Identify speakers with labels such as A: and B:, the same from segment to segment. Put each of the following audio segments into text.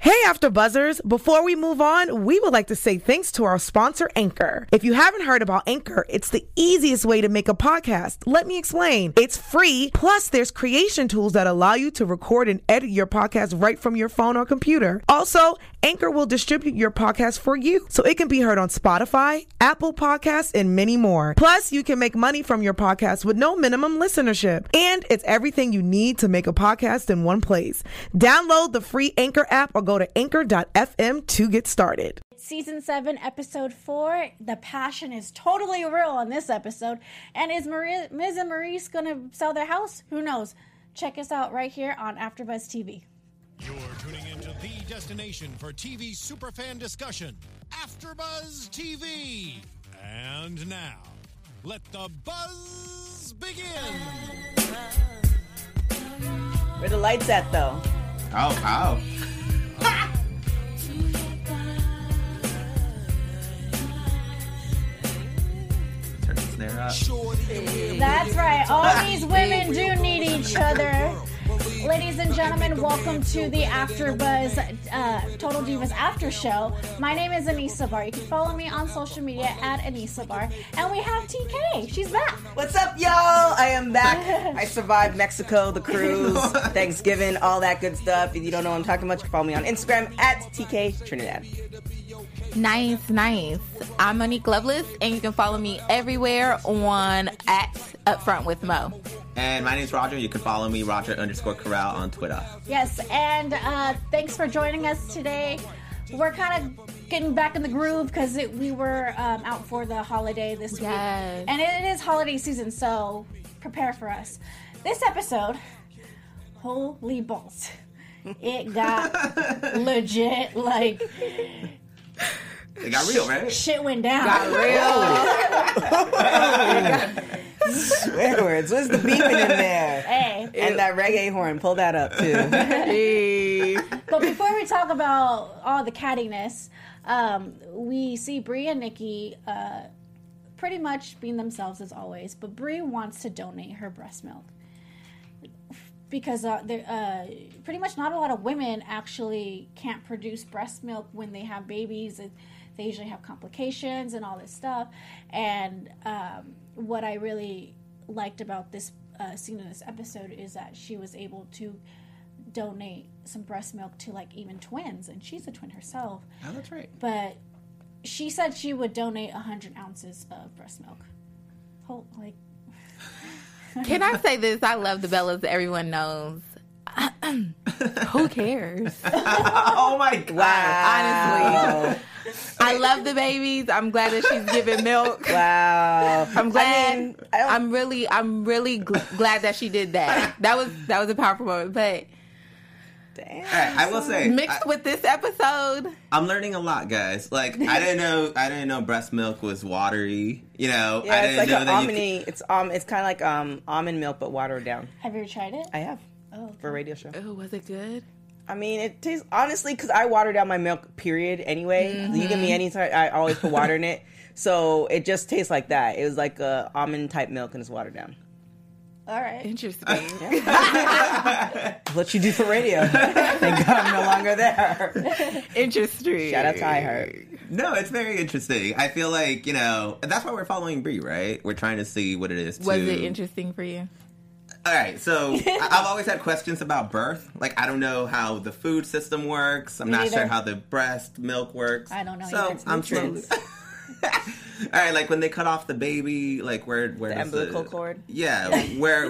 A: Hey, After Buzzers. Before we move on, we would like to say thanks to our sponsor, Anchor. If you haven't heard about Anchor, it's the easiest way to make a podcast. Let me explain. It's free. Plus, there's creation tools that allow you to record and edit your podcast right from your phone or computer. Also, Anchor will distribute your podcast for you so it can be heard on Spotify, Apple Podcasts, and many more. Plus, you can make money from your podcast with no minimum listenership. And it's everything you need to make a podcast in one place. Download the free Anchor app or go to anchor.fm to get started.
B: Season 7, Episode 4. The passion is totally real on this episode. And is Maria, Ms. and Maurice going to sell their house? Who knows? Check us out right here on AfterBuzz TV.
C: You're tuning into the destination for TV superfan discussion, AfterBuzz TV. And now, let the buzz begin.
D: Where the lights at though?
E: Oh, wow. Turn the snare up.
B: That's right. All these women do need each other. Ladies and gentlemen, welcome to the AfterBuzz uh, Total Divas After Show. My name is Anissa Bar. You can follow me on social media at Anissa Bar, and we have TK. She's back.
D: What's up, y'all? I am back. I survived Mexico, the cruise, Thanksgiving, all that good stuff. If you don't know what I'm talking about, you can follow me on Instagram at TK Trinidad.
F: Nice, nice. I'm Monique Loveless, and you can follow me everywhere on at Upfront with Mo.
E: And my name's Roger. You can follow me, Roger underscore Corral, on Twitter.
B: Yes, and uh, thanks for joining us today. We're kind of getting back in the groove because we were um, out for the holiday this
F: Yes.
B: week, and it is holiday season, so prepare for us. This episode, holy balls, it got legit. Like
E: It got real, right?
B: shit went down.
D: Swear words. What's the beeping in there?
B: Hey,
D: And that reggae horn. Pull that up too.
B: but before we talk about all the cattiness, um, we see Brie and Nikki uh, pretty much being themselves as always. But Brie wants to donate her breast milk because uh, there, uh, pretty much not a lot of women actually can't produce breast milk when they have babies. And they usually have complications and all this stuff. And um, what I really liked about this uh, scene in this episode is that she was able to donate some breast milk to like even twins, and she's a twin herself.
E: Oh, that's right.
B: But she said she would donate 100 ounces of breast milk. Whole, like,
F: Can I say this? I love the Bellas. Everyone knows. Who cares?
E: Oh, my God.
F: Honestly, I love the babies. I'm glad that she's giving milk.
D: Wow.
F: I'm glad. I
D: mean, I don't-
F: am really, I'm really gl- glad that she did that. That was that was a powerful moment. But
E: All right, I will say,
F: mixed with this episode,
E: I'm learning a lot, guys. Like, I didn't know, I didn't know breast milk was watery. You know, I
D: Yeah,
E: didn't
D: it's like
E: know
D: an
E: that
D: almond.
E: you.
D: It's um, it's kind of like um almond milk but watered down.
B: have you ever tried it?
D: I have
B: oh,
D: for a radio show.
F: oh, was it good?
D: I mean, it tastes honestly because I water down my milk. Period. Anyway, you give
E: Mm-hmm.
D: me any time, I always put water in it, so it just tastes like that. It was like a almond type milk and it's watered down.
B: all right.
F: Interesting.
D: What you do for radio? Thank God I'm no longer there.
F: Interesting.
D: Shout out to iHeart.
E: Could, no, it's very interesting. I feel like you know that's why we're following Brie, right? We're trying to see what it is.
F: Was
E: to,
F: it interesting for you?
E: All right, so I- I've always had questions about birth. Like, I don't know how the food system works. I'm not
B: neither.
E: sure how the breast milk works.
B: I don't know
E: So
B: either.
E: I'm slowly. All right, like when they cut off the baby, like where where
D: The
E: does the-
D: umbilical cord?
E: Yeah, where.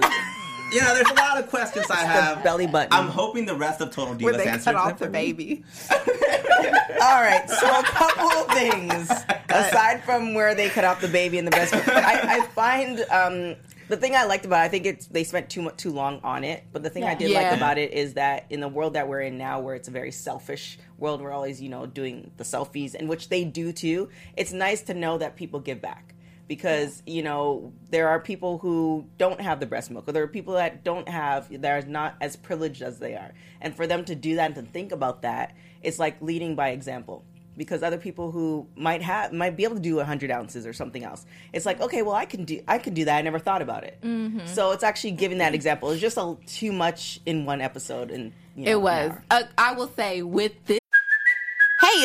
E: you know, there's a lot of questions I have.
D: belly button.
E: Uh, I'm hoping the rest of Total Divas
F: Where they
E: answers
F: cut
E: them
F: off the
E: for me.
F: baby.
D: All right, so a couple of things aside from where they cut off the baby and the breast. I, I find um, the thing I liked about it, I think it's they spent too much too long on it. But the thing I
B: Yeah.
D: did
F: Yeah.
D: like about it is that in the world that we're in now, where it's a very selfish world, we're always you know doing the selfies, and which they do too. It's nice to know that people give back. Because you know there are people who don't have the breast milk, or there are people that don't have that are not as privileged as they are, and for them to do that and to think about that, it's like leading by example because other people who might have might be able to do 100 ounces or something else it's like okay well i can do i can do that i never thought about it
F: Mm-hmm.
D: so it's actually giving that example it's just a, too much in one episode and you know,
F: It
D: an
F: was.
D: hour.
F: Uh, I will say with this.
G: Hey,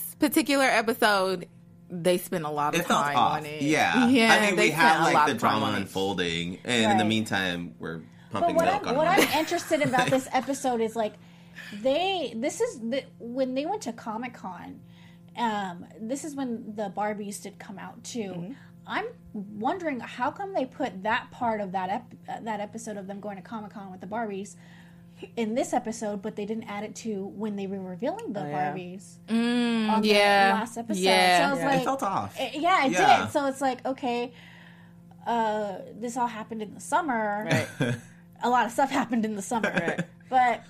F: particular episode, they spent a lot of
E: It felt
F: time
E: off.
F: on it.
E: Yeah.
F: yeah.
E: I mean,
F: they
E: we
F: spent
E: have
F: a lot
E: like the
F: of time
E: drama
F: on it.
E: unfolding, and in the
B: Right.
E: meantime, we're
B: But
E: pumping
B: what
E: milk
B: I'm,
E: on
B: what
E: them.
B: I'm interested about this episode is like they this is the, when they went to Comic Con. Um, this is when the Barbies did come out too.
F: Mm-hmm.
B: I'm wondering how come they put that part of that ep- uh, that episode of them going to Comic Con with the Barbies in this episode, but they didn't add it to when they were revealing the Barbies on
F: Oh, Mm, yeah.
B: the last episode.
F: Yeah.
B: So I was
F: Yeah.
B: like,
E: It felt off.
B: it- yeah, it
E: Yeah.
B: did. So it's like, okay, uh, this all happened in the summer. a lot of stuff happened in the summer. But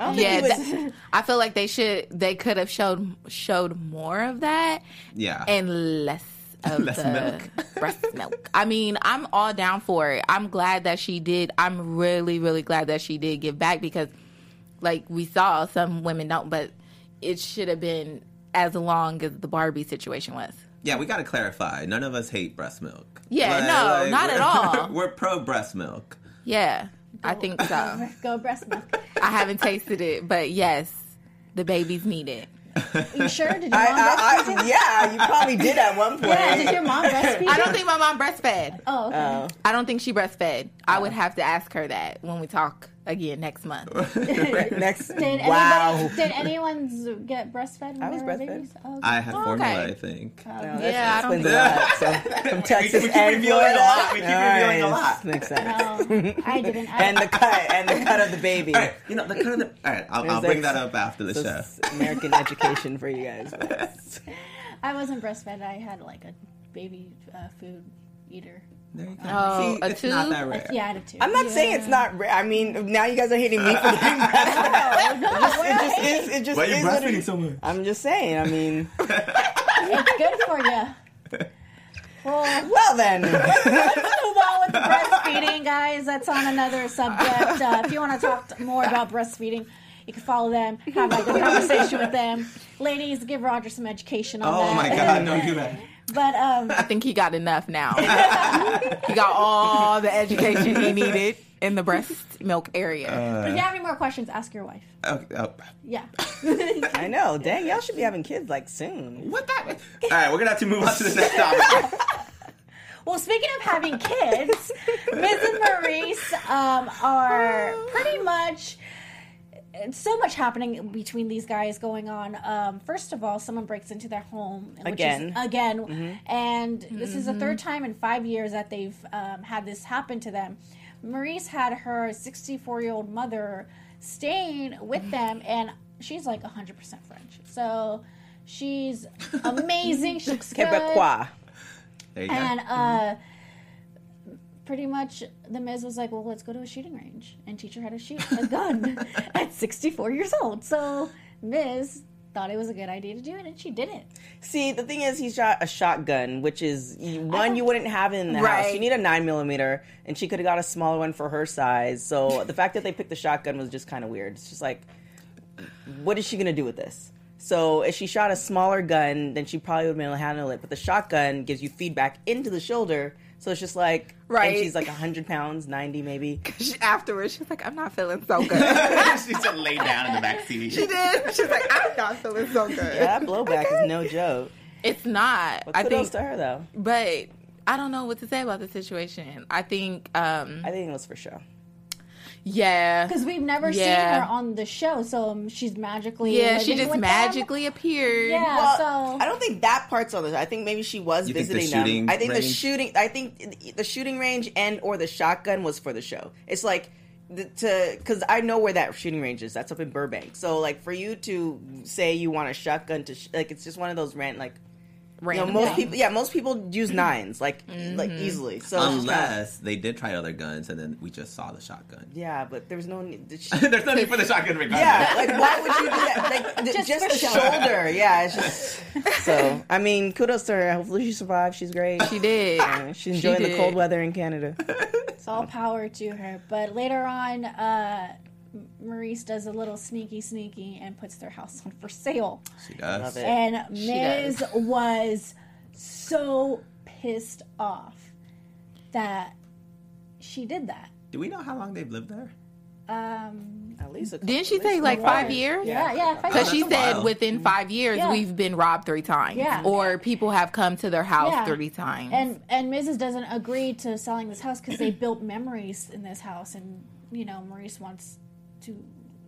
D: I don't think
F: Yeah,
D: it was-
F: that- I feel like they should. They could have showed showed more of that
E: yeah.
F: and less of
E: Less
F: the
E: milk.
F: breast milk. I mean, I'm all down for it. I'm glad that she did. I'm really, really glad that she did give back because, like we saw, some women don't. But it should have been as long as the Barbie situation was.
E: yeah, we got to clarify. None of us hate breast milk.
F: Yeah, no, not at
E: we're-
F: all.
E: we're pro breast milk.
F: Yeah, I think so.
B: go breast milk.
F: I haven't tasted it, but yes, the babies need it.
B: Are you sure? Did your
D: I,
B: mom breastfeed?
D: I, I, yeah you probably did at one point
B: Yeah, did your mom breastfeed?
F: I don't think my mom breastfed.
B: Oh, okay.
F: I don't think she breastfed. I
E: Uh-uh.
F: would have to ask her that when we talk again next month.
D: next
B: Did anybody,
D: wow
B: did anyone get breastfed? When
D: I
B: they
D: was
B: were
D: breastfed.
B: babies? Oh, okay.
E: I had formula,
F: okay.
E: I think.
F: yeah, I don't
D: Explains
F: think
D: a lot. So, from Texas
E: keep
D: and
E: revealing a lot.
D: Florida.
E: We keep
D: All
E: revealing a lot.
D: Makes sense.
F: Uh-huh.
B: No, I didn't. I,
D: And the cut and the cut of the baby.
E: All right, you know, the kind of the, all right, I'll, I'll
D: There's
E: bring
D: that-
E: that up after the
D: This
E: show.
D: is American education for you guys.
B: I wasn't breastfed. I had like a baby uh, food eater.
E: There you go.
F: Oh,
E: See,
F: a
E: it's not
F: tube?
E: that rare.
B: Yeah, I had a too.
D: I'm not saying it's not rare. I mean, now you guys are hitting me for the breastfeeding.
B: No,
D: It just is. It just
E: Why are you
D: is what it
E: breastfeeding
D: is.
E: so much?
D: I'm just saying. I mean,
B: it's good for you. Well,
D: well then,
B: move on with the breastfeeding, guys. That's on another subject. Uh, if you want to talk t- more about breastfeeding, you can follow them, have a good conversation with them. Ladies, give Roger some education on
E: Oh
B: that.
E: my god, don't do that.
B: But um,
F: I think he got enough now. he got all the education he needed in the breast milk area.
D: Uh.
B: if you have any more questions, ask your wife.
E: Okay, oh,
B: Yeah.
D: I know. Dang, y'all should be having kids like soon.
E: what that? All right, we're gonna have to move on to the next topic.
B: Well, speaking of having kids, Miz and Maurice um, are pretty much. It's so much happening between these guys going on. Um, first of all, someone breaks into their home which is-
D: Again.
B: again, and this is the third time in five years that they've um, had this happen to them. Maurice had her 64 year old mother staying with them, and she's like 100 percent French, so she's amazing. She looks good.
D: Quebecois.
E: There you go.
B: And
F: Mm-hmm.
B: uh, pretty much the Miz was like, well, let's go to a shooting range and teach her how to shoot a gun at 64 years old. So Miz thought it was a good idea to do it, and she did it.
D: See, the thing is, he shot a shotgun, which is you- one you wouldn't have in the house.
B: Right.
D: You need a nine millimeter, and she could have got a smaller one for her size. So the fact that they picked the shotgun was just kind of weird. It's just like, what is she gonna do with this? So if she shot a smaller gun, then she probably would be able to handle it. But the shotgun gives you feedback into the shoulder, so it's just like,
F: Right.
D: And she's like hundred pounds, ninety maybe.
F: She- Afterwards, she's like, I'm not feeling so good.
E: she just laid down in the back seat.
F: She did. She's like, I'm not feeling so good.
D: Yeah, that blowback is no joke.
F: It's not.
D: But kudos to her though.
F: But I don't know what to say about the situation. I think. um
D: I think it was for show.
F: Yeah,
B: Because we've never
F: Yeah.
B: seen her on the show, so um, she's magically.
F: Yeah, she
B: living
F: just
B: with them.
F: magically appeared.
B: Yeah,
D: Well, Uh, I don't think that part's on this. I think maybe she was
E: You think the
D: visiting them.
E: shooting
D: I think the
E: range?
D: shooting. I think the shooting range and or the shotgun was for the show. It's like the, to because I know where that shooting range is. That's up in Burbank. So like for you to say you want a shotgun to sh- like it's just one of those rant like. You know,
F: Random
D: most
F: thing.
D: people, yeah, most people use nines like like easily. So it's just kinda-
E: Unless they did try other guns and then we just saw the shotgun.
D: yeah, but there's no need. did she-
E: There's no need for the shotgun regardless.
D: yeah, like why would you do that? Like
B: Just
D: just, just
B: for
D: the
B: show.
D: shoulder. Yeah, it's just so. I mean, kudos to her. Hopefully, she survived. She's great.
F: she did.
D: She's enjoying
F: did.
D: the cold weather in Canada.
B: It's all power to her. But later on, uh, Maurice does a little sneaky, sneaky, and puts their house on for sale.
E: She does.
D: Love it.
B: And
F: She does.
B: Miz was so pissed off that she did that.
E: Do we know how long they've lived there?
B: Um,
D: At least a couple-
F: Didn't she
D: at least
F: say like
D: a
F: five
D: couple.
F: years?
B: yeah, yeah. if I
F: Because
B: could-
F: she
E: That's a
F: said
E: while.
F: within five years
B: Yeah.
F: we've been robbed three times,
B: Yeah.
F: or people have come to their house
B: Yeah.
F: three times.
B: and and Mrs. doesn't agree to selling this house because they built memories in this house, and you know Maurice wants to.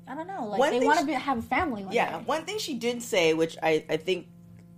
B: I don't know. Like
D: One
B: they
D: thing
B: want to
D: she-
B: be, have a family. One
D: Yeah,
B: day.
D: one thing she did say, which I, I think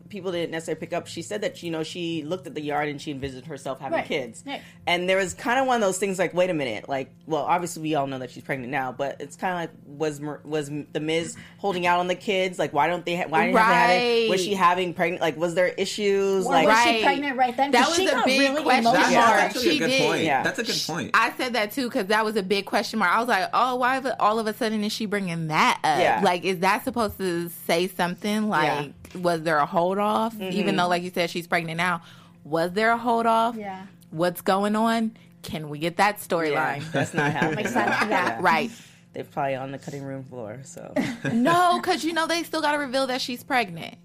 D: people didn't necessarily pick up, she said that, you know, she looked at the yard and she envisioned herself having
B: Right.
D: kids.
B: Right.
D: And there was kind of one of those things like, wait a minute, like, well, obviously we all know that she's pregnant now, but it's kind of like, was Mer- was the Miz holding out on the kids? Like, why don't they, ha- why didn't they have it? Was
F: Right.
D: she having pregnant, like, was there issues?
B: Or
D: like,
B: was
F: Right.
B: she pregnant right then?
F: That
B: 'Cause she
F: was a
B: got
F: big
B: really
F: question
B: emotional.
E: That's,
F: Yeah.
E: that's actually
F: She
E: a good
F: did.
E: point.
D: Yeah.
E: That's a good point.
F: I said that too because that was a big question mark. I was like, oh, why the- all of a sudden is she bringing that up?
D: Yeah.
F: Like, is that supposed to say something? Like, was there a hold off? Even though, like you said, she's pregnant now, was there a hold off?
B: Yeah.
F: What's going on? Can we get that storyline?
D: that's not happening.
B: Makes sense. Yeah.
F: Right.
D: They're probably on the cutting room floor, so.
F: No, because you know they still got to reveal that she's pregnant.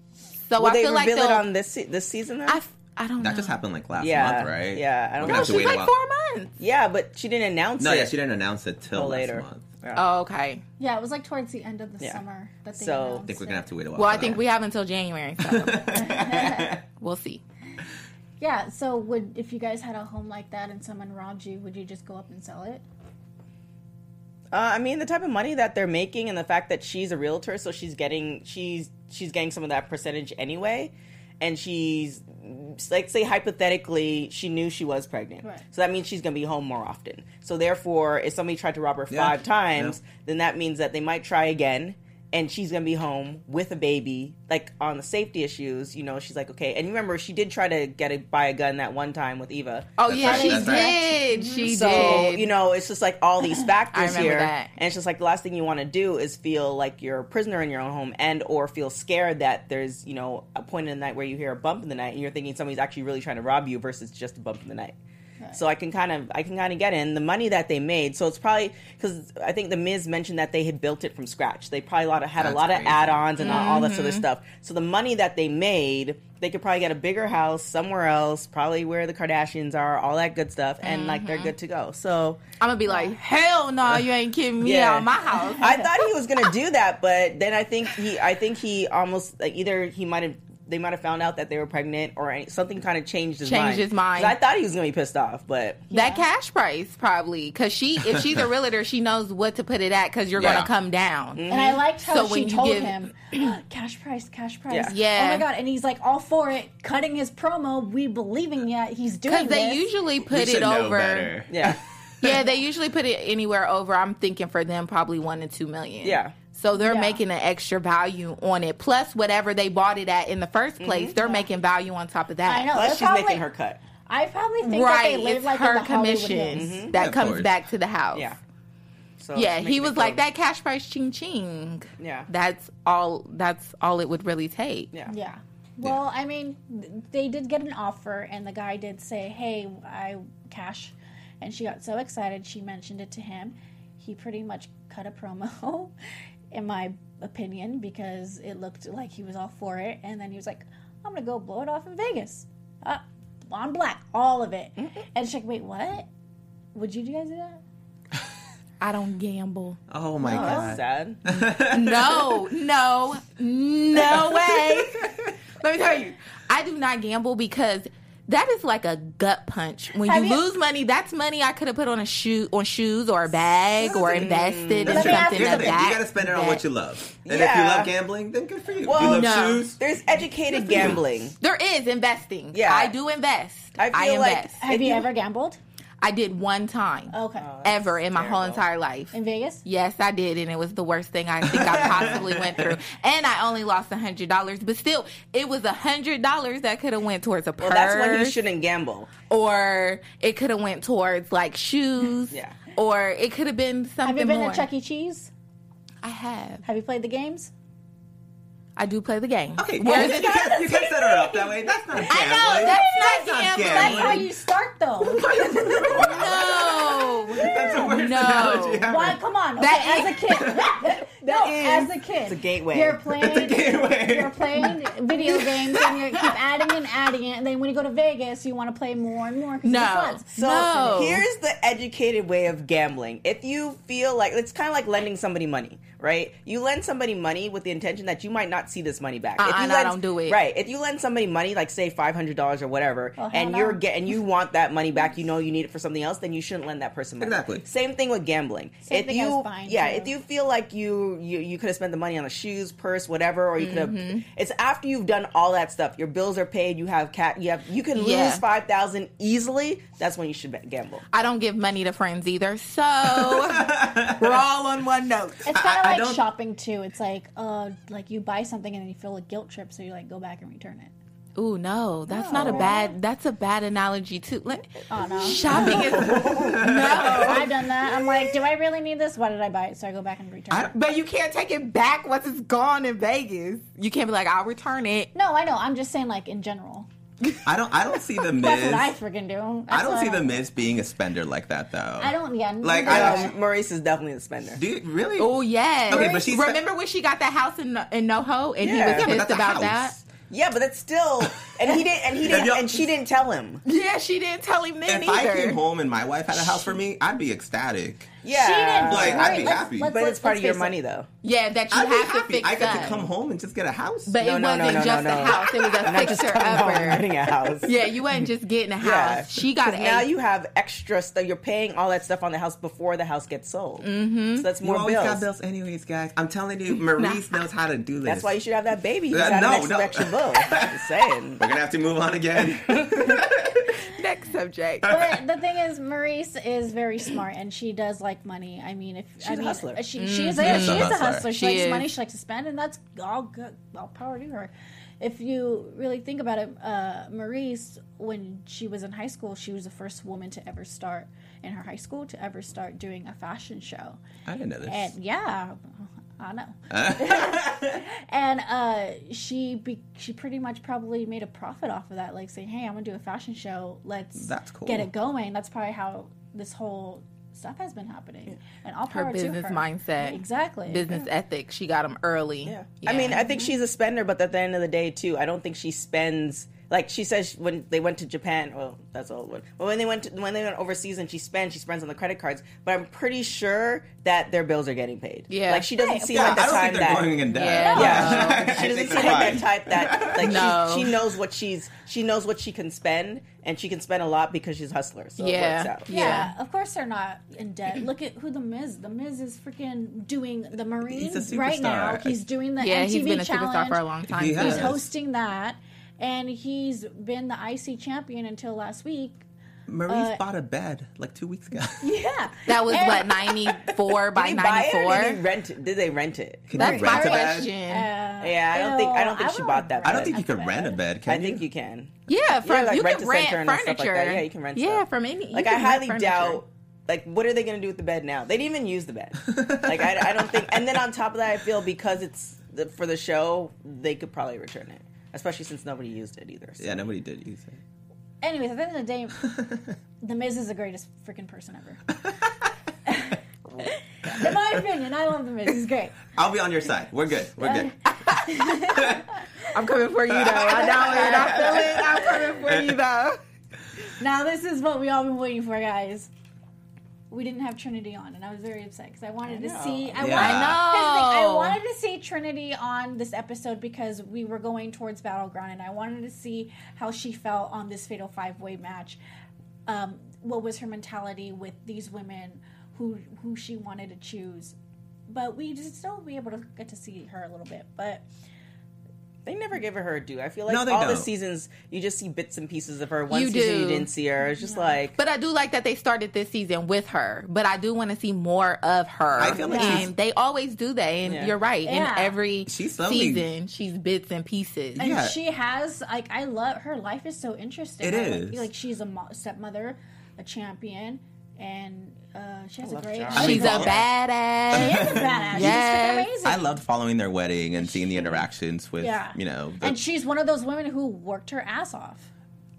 F: So
D: Will
F: I
D: they
F: feel like
D: reveal
F: they'll-
D: it on this, se- this season then?
F: I, f- I don't
E: that
F: know.
E: just happened like last
D: Yeah.
E: month, right?
D: Yeah, I don't know.
E: We're gonna
F: No,
E: have to
F: she's
E: wait a
F: like
E: while.
F: four months.
D: yeah, but she didn't announce
E: No,
D: it.
E: yeah, she didn't announce it till
D: Till
E: last
D: later.
E: month. I
F: Oh, okay.
B: Yeah, it was like towards the end of the
D: Yeah.
B: summer that they.
D: So-
B: announced
E: think we're
B: it.
E: gonna have to wait a while.
F: Well, I
E: for
F: think
E: that.
F: we have until January, so we'll see.
B: Yeah. So would if you guys had a home like that and someone robbed you, would you just go up and sell it?
D: Uh, I mean, the type of money that they're making, and the fact that she's a realtor, so she's getting she's she's getting some of that percentage anyway, and she's like say hypothetically she knew she was pregnant,
B: Right.
D: so that means she's gonna be home more often. So therefore, if somebody tried to rob her
E: Yeah.
D: five times,
E: Yeah.
D: then that means that they might try again. And she's gonna be home with a baby, like on the safety issues. You know, she's like, okay. And you remember, she did try to get a, buy a gun that one time with Eva.
F: Oh
E: That's
F: yeah,
E: right,
F: she
E: that's
F: did.
E: right.
F: She
D: So
F: did.
D: you know, it's just like all these
F: I
D: factors
F: remember
D: here,
F: that.
D: and it's just like the last thing you want to do is feel like you're a prisoner in your own home, and or feel scared that there's you know a point in the night where you hear a bump in the night, and you're thinking somebody's actually really trying to rob you versus just a bump in the night. So I can kind of I can kind of get in the money that they made. So it's probably because I think the Miz mentioned that they had built it from scratch. They probably a lot of, had a
E: That's
D: lot of
E: crazy.
D: add-ons and all all that sort of stuff. So the money that they made, they could probably get a bigger house somewhere else, probably where the Kardashians are, all that good stuff, and like they're good to go. So
F: I'm gonna be like, hell no, you ain't kidding me
D: Yeah.
F: out of my house.
D: I thought he was gonna do that, but then I think he, I think he almost like either he might have, they might have found out that they were pregnant or any, something kind of changed his
F: Changed
D: mind.
F: his mind.
D: 'Cause I thought he was gonna be pissed off, but
F: That cash price probably, because she, if she's a realtor, she knows what to put it at, because you're
E: Yeah.
F: gonna come down.
B: And I liked how
F: Mm-hmm. So when
B: she
F: you
B: told
F: give-
B: him, "Uh, cash price, cash price.
D: Yeah.
F: Yeah.
B: Oh my god! And he's like all for it, cutting his promo. We believing that he's doing
F: Because they
B: this.
F: usually
E: We
F: put
E: should
F: it
E: know
F: over.
E: better.
D: yeah,
F: Yeah, they usually put it anywhere over. I'm thinking for them probably one to two million.
D: Yeah.
F: So they're
B: Yeah.
F: making an extra value on it, plus whatever they bought it at in the first place. They're making value on top of that.
B: I know.
D: plus
B: they're
D: she's
B: probably-
D: making her cut.
B: I probably think that they
F: right,
B: live
F: it's
B: like in
F: her
B: the Hollywood
F: commission Mm-hmm.
B: Hills.
F: that
D: Of
F: comes
D: course.
F: back to the house.
D: Yeah. So
F: yeah,
D: make
F: he
D: it
F: was
D: go-
F: like that cash price ching ching.
D: Yeah.
F: That's all that's all it would really take.
D: Yeah.
B: Yeah. Well, I mean, th- they did get an offer, and the guy did say, "Hey, I cash," and she got so excited she mentioned it to him. He pretty much cut a promo, in my opinion, because it looked like he was all for it, and then he was like, "I'm gonna go blow it off in Vegas, uh, on black, all of it." And she's like, "Wait, what? Would you guys do that?"
F: I don't gamble.
E: Oh my
D: That's
E: god.
D: sad.
F: No, no, no way. Let me tell you, I do not gamble because that is like a gut punch. When
B: Have
F: you,
B: you-
F: lose money, that's money I could have put on a shoe, on shoes, or a bag, or invested in
B: Let me ask
F: something
B: you
E: Here's the
F: of
E: thing.
F: that.
E: You gotta spend it on
F: that-
E: what you love. And if you
D: Yeah.
E: love gambling, then good for you.
D: Well,
E: you love
F: no.
E: shoes.
D: There's educated gambling.
F: There is investing.
D: Yeah.
F: I do invest.
D: I
F: I,
D: feel like-
F: invest.
B: Have you, ever gambled?
F: I did one time
B: Okay,
F: ever in my whole entire life.
B: in Vegas.
F: Yes, I did, and it was the worst thing I think I possibly went through. And I only lost a hundred dollars, but still, it was a hundred dollars that could have went towards a purse,
D: Well, that's when you shouldn't gamble.
F: or it could have went towards like shoes,
D: Yeah.
F: or it could have been something
B: Have you been
F: more.
B: to Chuck E. Cheese?
F: I have.
B: Have you played the games?
F: I do play the game.
E: Okay,
F: Where
E: well,
F: is
E: you,
F: it-
E: can't, you can't set her up that way. That's not gambling.
F: I know that's not
E: not
B: That's how
F: gambling.
B: you start, though.
F: No.
E: That's the worst
F: No.
E: analogy ever.
B: Why? Come on. Okay,
F: That
B: as a kid. no, as a kid. It's
D: a gateway.
B: You're playing.
E: gateway.
B: You're playing video games, and you keep adding and adding it. And then when you go to Vegas, you want to play more and more. 'cause
F: No.
B: it's fun.
F: No. Oh.
D: Here's the educated way of gambling. If you feel like it's kind of like lending somebody money, right? You lend somebody money with the intention that you might not see this money back. if
F: Uh-uh,
D: you
F: no, don't do it.
D: Right. If you lend somebody money, like say five hundred dollars or whatever,
B: Well, hell
D: and
B: no.
D: you're get and you want that money back, you know you need it for something else, then you shouldn't lend that person money.
E: Exactly.
D: Same thing with gambling.
B: Same
D: if
B: thing I
D: you,
B: was buying,
D: yeah,
B: too.
D: if you feel like you you, you could have spent the money on a shoes, purse, whatever, or you could
F: Mm-hmm.
D: have. It's after you've done all that stuff. Your bills are paid. You have cat. You have. You can
F: Yeah.
D: lose five thousand easily. That's when you should be- gamble.
F: I don't give money to friends either, so we're all on one note.
B: It's kind of
E: I
B: like
E: don't-
B: shopping too. It's like, uh, like you buy something and then you feel a guilt trip, so you like go back and return it.
F: Ooh, no, that's not a bad. That's a bad analogy too. Let,
B: Oh no.
F: shopping is no,
B: I've done that. I'm like, do I really need this? Why did I buy it? So I go back and return it.
F: but you can't take it back once it's gone in Vegas. You can't be like, I'll return it.
B: No, I know. I'm just saying, like in general.
E: I don't. I don't see the Miz.
B: That's what I
E: I
B: freaking do. That's
E: don't
B: what
E: see the Miz being a spender like that though.
B: I don't. Yeah.
E: Like,
B: neither
E: I
B: do
E: don't-
D: Um, Maurice is definitely a spender.
E: Do you, really?
F: Oh yeah.
E: Okay, but she's-
F: remember when she got that house in in NoHo and
D: Yeah. Yeah,
F: he
D: but
F: was
E: that's
F: pissed
E: a
F: about
E: house.
F: that.
D: Yeah, but that's still. And he didn't. And he didn't.
E: y'all-
D: and she didn't tell him.
F: Yeah, she didn't tell him then
E: If
F: either.
E: I came home and my wife had a house for me, I'd be ecstatic.
D: Yeah,
B: She didn't.
E: Like, I'd
B: Right,
E: be
B: let's-
E: happy.
B: let's-
D: But
B: let's-
D: it's part of
B: let's
D: your
B: face
D: money,
B: it.
D: though.
F: yeah, that you
E: I'd be
F: have to
E: happy.
F: fix
E: I could
F: up.
E: to come home and just get a house.
F: But
D: No,
F: it
D: no, no,
F: wasn't
D: no, no,
F: just
D: no.
F: a house; it was a
D: Not just
F: fixer
D: coming home and
F: upper.
D: getting a house.
F: Yeah, you wasn't just getting a house.
D: Yeah.
F: She got
D: 'Cause
F: a
D: now you have extra stuff. You're paying all that stuff on the house before the house gets sold. Mm-hmm. So that's
E: you
D: more
E: always
D: bills.
E: got bills, anyways, guys. I'm telling you, Maurice knows how to do this.
D: That's why you should have that baby. You
E: Uh,
D: got
E: no,
D: an extra,
E: no.
D: extra bill. I'm just saying.
E: We're gonna have to move on again.
F: next subject.
B: But the thing is, Maurice is very smart, and she does like money. I mean, if I
D: a
B: mean,
D: hustler.
B: she, she is a, she
E: a
B: is a
E: hustler.
B: hustler. She,
F: She
B: likes
F: is.
B: money. She likes to spend, and that's all good. All power to her. If you really think about it, uh, Maurice, when she was in high school, she was the first woman to ever start in her high school to ever start doing a fashion show.
E: I didn't know this.
B: And yeah, I know. and uh, she be- she pretty much probably made a profit off of that, like saying, "Hey, I'm gonna do a fashion show. Let's
E: That's cool.
B: get it going." That's probably how this whole stuff has been happening, and all
F: her
B: power to
F: business
B: her
F: mindset,
B: exactly.
F: business ethics. She got them early.
D: Yeah. I mean, I think she's a spender, but at the end of the day, too, I don't think she spends. Like she says, when they went to Japan, well, that's all. But when they went to, when they went overseas and she spends, she spends on the credit cards. But I'm pretty sure that their bills are getting paid.
F: Yeah.
D: like she doesn't seem
E: yeah,
D: like the
E: I don't
D: time
E: think they're
D: that.
E: going in debt.
F: Yeah.
D: yeah,
E: I
D: she doesn't
E: think
D: seem like
E: they're
D: that
E: fine.
D: type that like
F: No.
D: she, she knows what she's she knows what she can spend and she can spend a lot because she's a hustler. So
F: Yeah.
D: it works out.
B: yeah. of course they're not in debt. Look at who the Miz. The Miz is freaking doing the Marines right now.
E: superstar.
B: He's doing the
F: yeah,
B: MTV
F: he's been a
B: challenge.
F: superstar for a long time.
E: He
F: too.
E: has.
B: He's hosting that, and he's been the IC champion until last week.
E: Maurice
B: Uh,
E: bought a bed like two weeks ago.
B: Yeah.
F: That was what ninety four by
D: Did he buy
F: ninety
D: it or Did he
F: four.
D: rent it? Did they rent it?
E: Can you That's rent my a bed? question.
D: Uh,
B: Uh,
D: yeah, I don't think I don't think she bought that.
E: I don't think you can rent a bed, can
D: I
E: you?
D: think you can.
F: Yeah, from
D: like
F: you
D: rent
F: can
D: a
F: rent
D: center and
F: furniture.
D: stuff like that. Yeah, you can rent
F: Yeah,
D: stuff.
F: from any. you
D: Like I
F: can rent
D: highly
F: furniture.
D: doubt. Like what are they going to do with the bed now? They didn't even use the bed. like I, I don't think. And then on top of that, I feel because it's the, for the show, they could probably return it, especially since nobody used it either. So.
E: yeah, nobody did use it.
B: Anyways, at the end of the day, The Miz is the greatest freaking person ever. In my opinion, I love The Miz. He's great.
E: I'll be on your side. We're good. We're good.
F: I'm coming for you though. I know it. I feel it. I'm coming for you though.
B: Now, this is what we all been waiting for, guys. We didn't have Trinity on, and I was very upset because I wanted to see. I, wanted,
E: Yeah.
F: I
B: Here's the thing, I
F: know.
B: wanted to see Trinity on this episode because we were going towards Battleground, and I wanted to see how she felt on this fatal five way match. Um, what was her mentality with these women who who she wanted to choose? But we just still be able to get to see her a little bit. But
D: They never give her her due. I feel like
E: No, they
D: all the
E: don't.
D: seasons you just see bits and pieces of her. One
F: You
D: season
F: do.
D: you didn't see her. It's just like
F: But I do like that they started this season with her. But I do want to see more of her.
E: I feel like
F: and
E: she's-
F: they always do that. And
D: Yeah.
F: you're right.
B: Yeah.
F: In every
E: She's slowly-
F: season, she's bits and pieces.
B: and
E: Yeah.
B: she has like I love her life is so interesting.
E: It
B: I like-
E: is.
B: like she's a mo- stepmother, a champion, and uh, she has a
D: love
B: great.
D: Jar.
B: She
E: I mean,
F: she's a
E: follow-
F: badass.
B: is badass.
F: Yes.
B: She's freaking amazing.
E: I loved following their wedding and seeing the interactions with,
B: Yeah.
E: you know. The,
B: and she's one of those women who worked her ass off.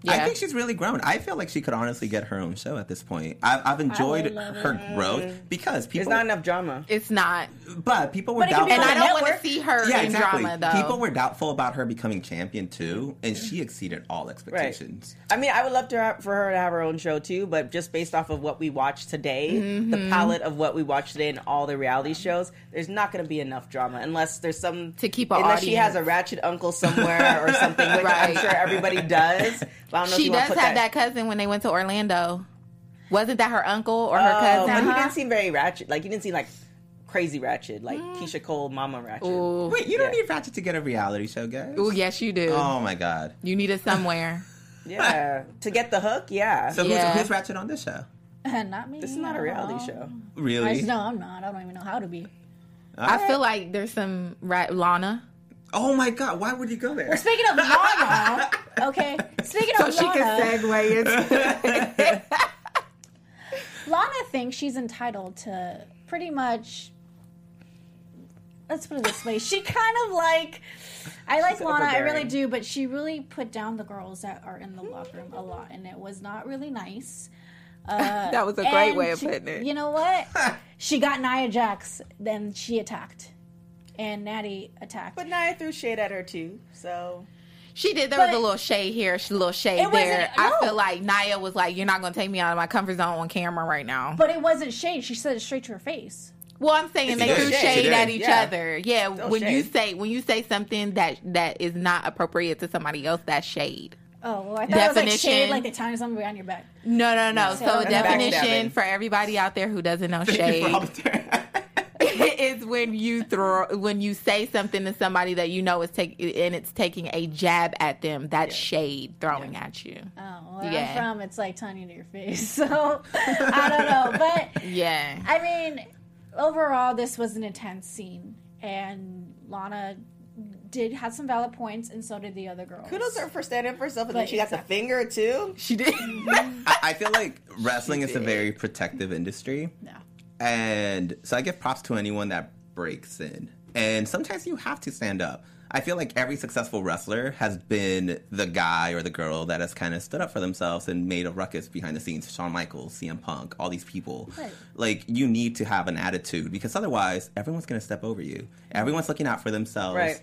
E: I think she's really grown. I feel like she could honestly get her own show at this point. I've, I've enjoyed
B: love
E: her growth because people,
D: there's not enough drama.
F: it's not.
E: but people were
B: But it could be
E: doubtful.
F: And I
B: on
F: don't
B: network.
F: want to see her
E: yeah,
F: in
E: exactly.
F: drama though.
E: People were doubtful about her becoming champion too, and
B: Mm.
E: she exceeded all expectations.
D: I mean, I would love to have, for her to have her own show too, but just based off of what we watch today,
F: Mm-hmm.
D: the palette of what we watch today and all the reality shows, there's not going to be enough drama unless there's some
F: To keep a
D: unless she
F: audience.
D: has a ratchet uncle somewhere or something, which I'm
F: Right.
D: sure everybody does. But I don't know if
F: She
D: you
F: does
D: wanna
F: have
D: put
F: that. cousin when they went to Orlando. Wasn't that her uncle or her
D: Oh,
F: cousin? Uh-huh.
D: but he didn't seem very ratchet. Like he didn't seem like crazy ratchet, like
F: Mm.
D: Keisha Cole, Mama ratchet.
E: Wait, you don't
D: Yeah.
E: need Ratchet to get a reality show, guys.
F: Oh, yes, you do.
E: Oh my god.
F: You need it somewhere.
D: Yeah, to get the hook. Yeah,
E: So
F: Yeah.
E: who's, who's Ratchet on this show?
B: Not me.
D: this is not a reality show.
B: I
E: Really?
B: just, no, I'm not. I don't even know how to be.
F: I feel like there's some right Lana.
E: Oh my god, why would you go there?
B: Speaking of Lana, okay. Speaking of Lana,
F: segue it.
B: Lana thinks she's entitled to pretty much. Let's put it this way: she kind of like. I like Lana, I really
D: overbearing.
B: do, but she really put down the girls that are in the locker room a lot, and it was not really nice. Uh,
F: that was a
B: And she- You know what? she got Nia Jax, then she attacked, and Natty attacked.
D: But Naya threw shade at her too. So
F: She did. There was
B: But-
F: a little shade here, sh- little shade
B: It wasn't-
F: there. I
B: no.
F: feel like Naya was like, "You're not gonna take me out of my comfort zone on camera right now."
B: but it wasn't shade. She said it straight to her face.
F: Well, I'm saying they
E: did.
F: threw
E: She
F: shade
E: did.
F: at each
D: Yeah.
F: other. Yeah,
D: Still
F: when you
D: shade.
F: say when you say something that that is not appropriate to somebody else, that's shade.
B: Oh, well, I thought it was like shade,
F: Definition.
B: like they tying somebody on your back.
F: No, no, no. So,
B: that's
F: definition
D: backstabbing.
F: for everybody out there who doesn't know
E: Thank you
F: shade
E: for all the-
F: is when you throw when you say something to somebody that you know is take and it's taking a jab at them. That's shade throwing at you.
B: Oh, where
F: Yeah.
B: I'm from, it's like tying you to your face. So I don't know, but
F: Yeah.
B: I mean, overall, this was an intense scene, and Lana did had some valid points, and so did the other girls.
D: kudos to her for standing up for herself, and then
B: But
D: she got the finger too.
F: She did.
E: I, I feel like wrestling is a very protective industry.
B: Yeah.
E: And so I give props to anyone that breaks in. And sometimes you have to stand up. I feel like every successful wrestler has been the guy or the girl that has kind of stood up for themselves and made a ruckus behind the scenes. Shawn Michaels, CM Punk, all these people. Like, you need to have an attitude because otherwise, everyone's going to step over you. Everyone's looking out for themselves.
D: Right.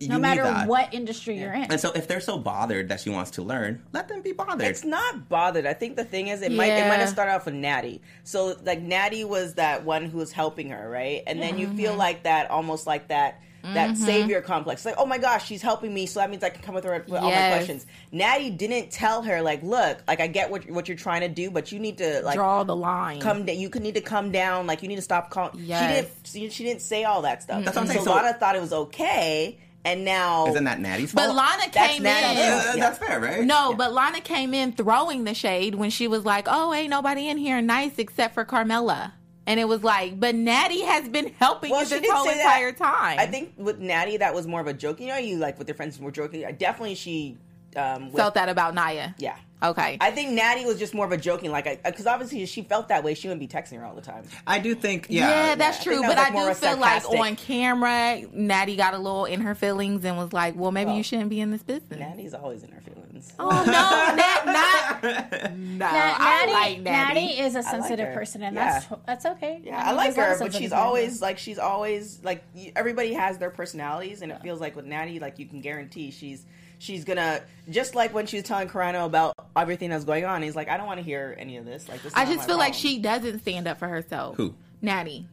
E: You
B: no
E: need
B: matter
E: that.
B: what industry you're in.
E: And so if they're so bothered that she wants to learn, let them be bothered.
D: It's not bothered. I think the thing is, it might it might
F: Yeah.
D: have started off with Natty. So like Natty was that one who was helping her, right? And then you
F: Mm-hmm.
D: feel like that, almost like that that savior complex. Like, oh my gosh, she's helping me, so that means I can come with her with all my
F: Yes.
D: questions. Natty didn't tell her like, look, like I get what what you're trying to do, but you need to like
F: Draw the line.
D: come down. You can need to come down. Like you need to stop calling.
F: Yes.
D: She didn't. She, she didn't say all that stuff.
E: That's what I'm saying.
D: So
E: So-
D: Lana thought it was okay, And now
E: Isn't that Natty's
F: But
E: fault?
F: Lana
D: Oh, that's
F: came
D: Natty's
F: in.
D: fault.
E: Uh,
D: Yeah.
E: That's fair, right?
F: No, but Lana came in throwing the shade when she was like, "Oh, ain't nobody in here nice except for Carmela," and it was like, "But Natty has been helping you this whole entire time."
D: I think with Natty, that was more of a joke. You know, how you like with your friends were joking. I Definitely, she um, with-
F: felt that about Naya.
D: Yeah.
F: Okay.
D: I think Natty was just more of a joking, like, because obviously if she felt that way. She wouldn't be texting her all the time.
E: I do think, yeah.
F: yeah, that's
D: I
F: true.
D: think
F: But
D: that
F: I
D: was, like,
F: do feel
D: more
F: like
D: sarcastic.
F: on camera, Natty got a little in her feelings and was like, "Well, maybe you shouldn't be in this business."
D: Natty's always in her feelings.
F: Oh no, Nat, not no.
B: Nat-
F: I
B: Natty,
F: like Natty.
B: is a sensitive
D: her.
B: person, and
D: Yeah.
B: that's to- that's okay.
D: Yeah,
B: mean,
D: I like
B: there's a lot
D: her,
B: of
D: but she's
B: sensitive
D: always like she's always like y- everybody has their personalities, and it feels like with Natty, like you can guarantee she's she's gonna just like when she was telling Carano about everything that's going on. He's like, I don't want to hear any of this. Like, this is
F: I
D: not
F: just
D: Oh my
F: feel like
D: problem."
F: she doesn't stand up for herself.
E: Who?
F: Natty.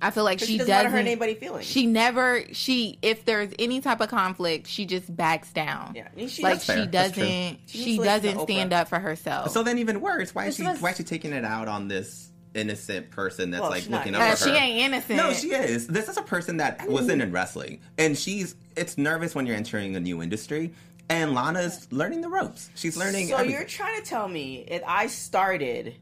F: I feel like
D: 'Cause
F: she,
D: she
F: doesn't,
D: doesn't wanna hurt anybody's feelings.
F: She never. She if there's any type of conflict, she just backs down.
D: Yeah, and she-
F: like
D: That's
F: she
E: fair. That's true.
F: doesn't.
D: She needs
F: She
D: to listen to
F: doesn't stand
D: Oprah.
F: up for herself.
E: So then, even worse, why is
B: This
E: she
B: was-
E: why is she taking it out on this innocent person that's
D: Well,
E: like
D: she's not
E: looking
D: innocent.
E: over
F: Uh,
E: her?
F: she ain't innocent.
E: No, she is. This is a person that wasn't in wrestling, and she's it's nervous when you're entering a new industry. And Lana's learning the ropes. She's learning.
D: So
E: everything.
D: you're trying to tell me if I started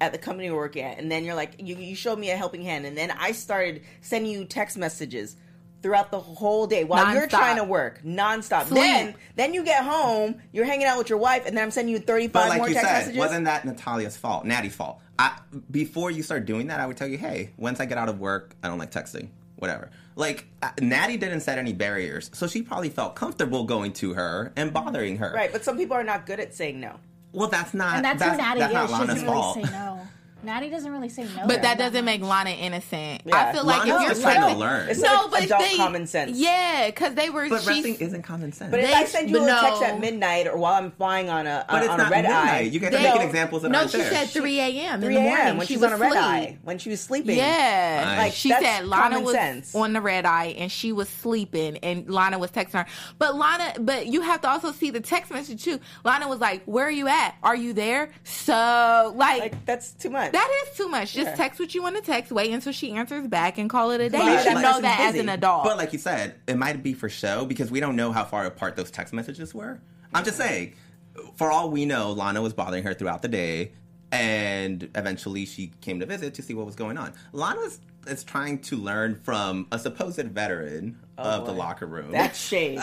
D: at the company we work at, and then you're like, you, you showed me a helping hand, and then I started sending you text messages throughout the whole day while you're
F: Nonstop.
D: trying to work nonstop.
F: Sleep.
D: Then, then you get home, you're hanging out with your wife, and then I'm sending you 35
E: But like
D: more
E: you
D: text
E: said,
D: messages.
E: wasn't that Natalia's fault? Natty's fault. I, before you start doing that, I would tell you, hey, once I get out of work, I don't like texting. Whatever. Like uh, Natty didn't set any barriers, so she probably felt comfortable going to her and bothering her.
D: Mm-hmm. right, but some people are not good at saying no.
E: Well, that's not.
B: And that's,
E: that's,
B: who Natty
E: that's
B: is.
E: not
B: She
E: Lana's
B: doesn't really
E: fault.
B: say no. Natty doesn't really say no.
F: but that
B: though.
F: doesn't make Lana innocent.
D: Yeah.
F: I feel like
E: Lana's
F: if
E: just
F: you're
E: trying to
F: really-
E: learn.
D: It's
F: No,
D: like
F: but
D: adult
F: they,
D: common sense.
F: Yeah, because they were.
E: But
F: she-
E: wrestling isn't common sense.
D: But if
F: They
D: I send you a
F: no.
D: text at midnight or while I'm flying on a
E: But
D: on,
E: it's
D: on
E: not
D: a red eye,
E: midnight. You guys are
F: They-
E: making examples that
F: no,
E: aren't
F: she
E: there.
F: said 3 a.m. in
D: 3
F: the
D: a.m.
F: morning.
D: when
F: she
D: she's
F: was
D: on a red
F: asleep.
D: eye when she was sleeping.
F: Yeah.
E: Right.
D: Like,
F: she
D: that's
F: said Lana
D: common
F: was
D: sense.
F: on the red eye and she was sleeping and Lana was texting her. But Lana but you have to also see the text message too. Lana was like, Where are you at? Are you there? So like,
D: Like that's too much.
F: that is too much. Just text what you want to text, wait until she answers back and call it a day.
D: But
F: you
D: that
F: should know
D: person's
F: that as
D: busy.
F: an adult.
E: But like you said, it might be for show because we don't know how far apart those text messages were. I'm just saying, for all we know, Lana was bothering her throughout the day, and eventually she came to visit to see what was going on. Lana is, is trying to learn from a supposed veteran of the locker room.
D: Oh, That's shade.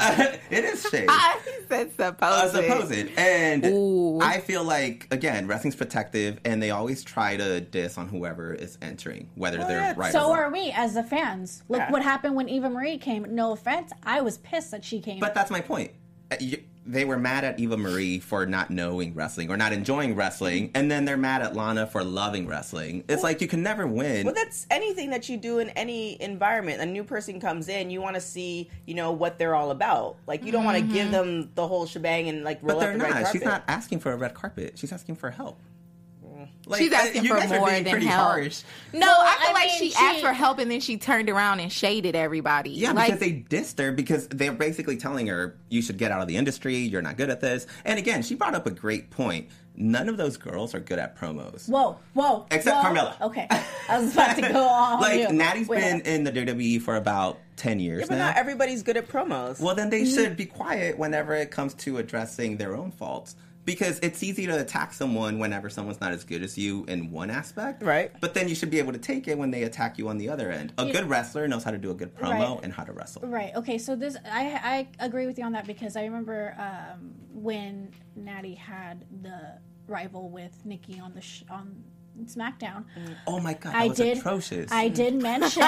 E: it is shade.
F: I said
E: Uh,
F: supposed.
E: supposed. And I feel like, again, wrestling's protective, and they always try to diss on whoever is entering, whether they're right
B: So
E: or
B: are
E: wrong.
B: we as the fans. Look
D: Yeah.
B: what happened when Eva Marie came. No offense, I was pissed that she came.
E: But that's my point. Uh, you- They were mad at Eva Marie for not knowing wrestling or not enjoying wrestling, and then they're mad at Lana for loving wrestling. It's like you can never win.
D: Well, that's anything that you do in any environment. A new person comes in, you want to see, you know, what they're all about. Like, you don't want to give them the whole shebang and like roll
E: but
D: out
E: they're
D: the
E: not.
D: red carpet.
E: She's not asking for a red carpet. She's asking for help. Like,
F: She's
E: uh,
F: asking
E: you
F: for
E: guys are
F: more
E: being
F: than
E: pretty
F: help.
E: harsh.
F: No,
B: Well,
F: I feel
B: I
F: like
B: mean,
F: she,
B: she-
F: asked for help and then she turned around and shaded everybody.
E: Yeah,
F: like,
E: because they dissed her because they're basically telling her, you should get out of the industry, you're not good at this. And again, she brought up a great point. None of those girls are good at promos.
B: whoa, whoa.
E: Except
B: whoa.
E: Carmella.
B: Okay, I was about to go on.
E: like,
B: you.
E: Natty's
B: oh, Wait,
E: been in the WWE for about 10 years
D: Yeah, but
E: now.
D: not everybody's good at promos.
E: well, then
B: Mm-hmm.
E: they should be quiet whenever it comes to addressing their own faults. Because it's easy to attack someone whenever someone's not as good as you in one aspect.
D: Right.
E: But then you should be able to take it when they attack you on the other end. A good wrestler knows how to do a good promo
B: Right.
E: and how to wrestle.
B: Right. Okay. So this, I I agree with you on that because I remember um, when Natty had the rival with Nikki on the sh- on SmackDown.
E: Oh my God, that
B: I
E: was
B: did.
E: atrocious.
B: I did mention.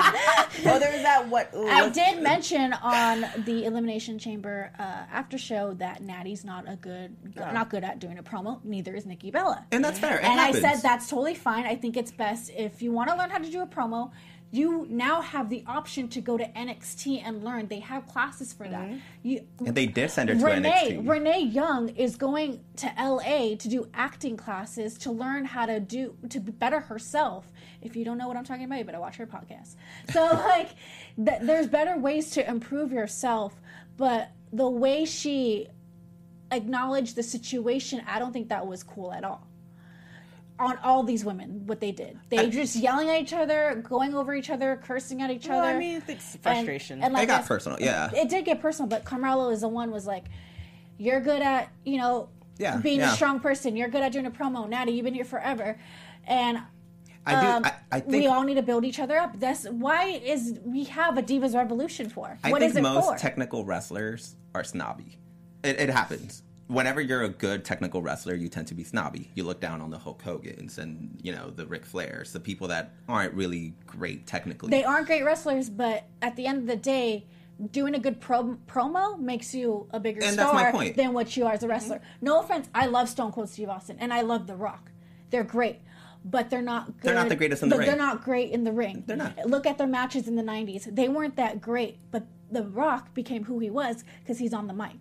D: oh, there's that what? ooh,
B: I
D: what's-
B: did mention on the Elimination Chamber uh, after show that Natty's not a good, not good at doing a promo. Neither is Nikki Bella.
E: And that's fair. It
B: and I
E: happens.
B: said that's totally fine. I think it's best if you want to learn how to do a promo. You now have the option to go to NXT and learn. They have classes for
E: Mm-hmm.
B: that. You,
E: And they did send her to
B: Renee
E: NXT.
B: Renee Young is going to LA to do acting classes to learn how to do to better herself. If you don't know what I'm talking about, you better watch her podcast. So like, th- there's better ways to improve yourself, but the way she acknowledged the situation, I don't think that was cool at all. on all these women what they did. They just yelling at each other, going over each other, cursing at each
D: Well,
B: other.
D: I mean, it's frustration.
B: And, and
E: It
B: like
E: got
B: I-
E: personal, yeah.
B: It, did get personal, but Carmelo is the one was like, "You're good at you know,
E: Yeah,
B: being
E: yeah.
B: a strong person. You're good at doing a promo. Natty, you've been here forever, and."
E: I do.
B: um,
E: I, I think
B: we all need to build each other up. That's why is we have a divas revolution for.
E: I
B: what
E: think
B: is it
E: most
B: for?
E: technical wrestlers are snobby. It, it happens. Whenever you're a good technical wrestler, you tend to be snobby. You look down on the Hulk Hogan's and you know the Ric Flairs, the people that aren't really great technically.
B: they aren't great wrestlers, but at the end of the day, doing a good pro- promo makes you a bigger
E: And that's my
B: star
E: point. Mm-hmm.
B: than what you are as a wrestler. No offense, I love Stone Cold Steve Austin and I love The Rock. They're great, but they're not good.
E: They're not the greatest in the
B: but
E: ring.
B: They're not great in the ring. They're
E: not.
B: Look at their matches in the 90s. They weren't that great, but The Rock became who he was because he's on the mic.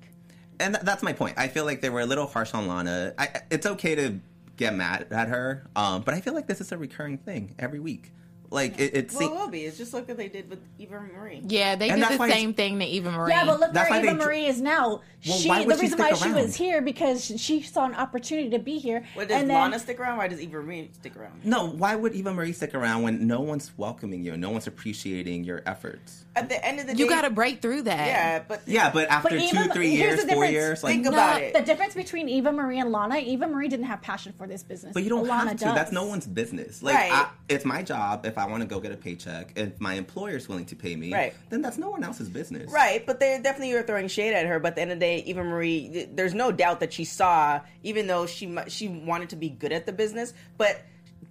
E: and th- that's my point. I feel like they were a little harsh on Lana. I, I- it's okay to get mad at her, um, but I feel like this is a recurring thing every week. Like it, it's
D: Well, it will be. It's just look what they did with Eva Marie.
F: Yeah, they
E: And
F: did
E: that's
F: the
E: why-
F: same thing to Eva Marie.
B: Yeah, but look
E: That's
B: where
E: why
B: Eva
E: they tr-
B: Marie is now.
E: Well,
B: she
E: why
B: the
E: would she
B: reason why
E: stick
B: she was
E: around?
B: here because she saw an opportunity to be here.
D: What does
B: and then-
D: Lana stick around? Why does Eva Marie stick around?
E: no. Why would Eva Marie stick around when no one's welcoming you and no one's appreciating your efforts?
D: At the end of the day,
F: you got to break through that.
D: Yeah, but
E: Yeah, but after
B: Eva-
E: two, three
B: here's
E: years,
B: the
E: four
B: difference.
E: years, like
D: Think about it.
B: The difference between Eva Marie and Lana, Eva Marie didn't have passion for this business.
E: But you don't
B: Lana
E: have to.
B: does.
E: That's no one's business. Like,
D: Right.
E: I, it's my job. If I want to go get a paycheck, if my employer's willing to pay me,
D: Right.
E: then that's no one else's business.
D: Right, but they definitely were throwing shade at her. But at the end of the day, Eva Marie, th- there's no doubt that she saw, even though she mu- she wanted to be good at the business, but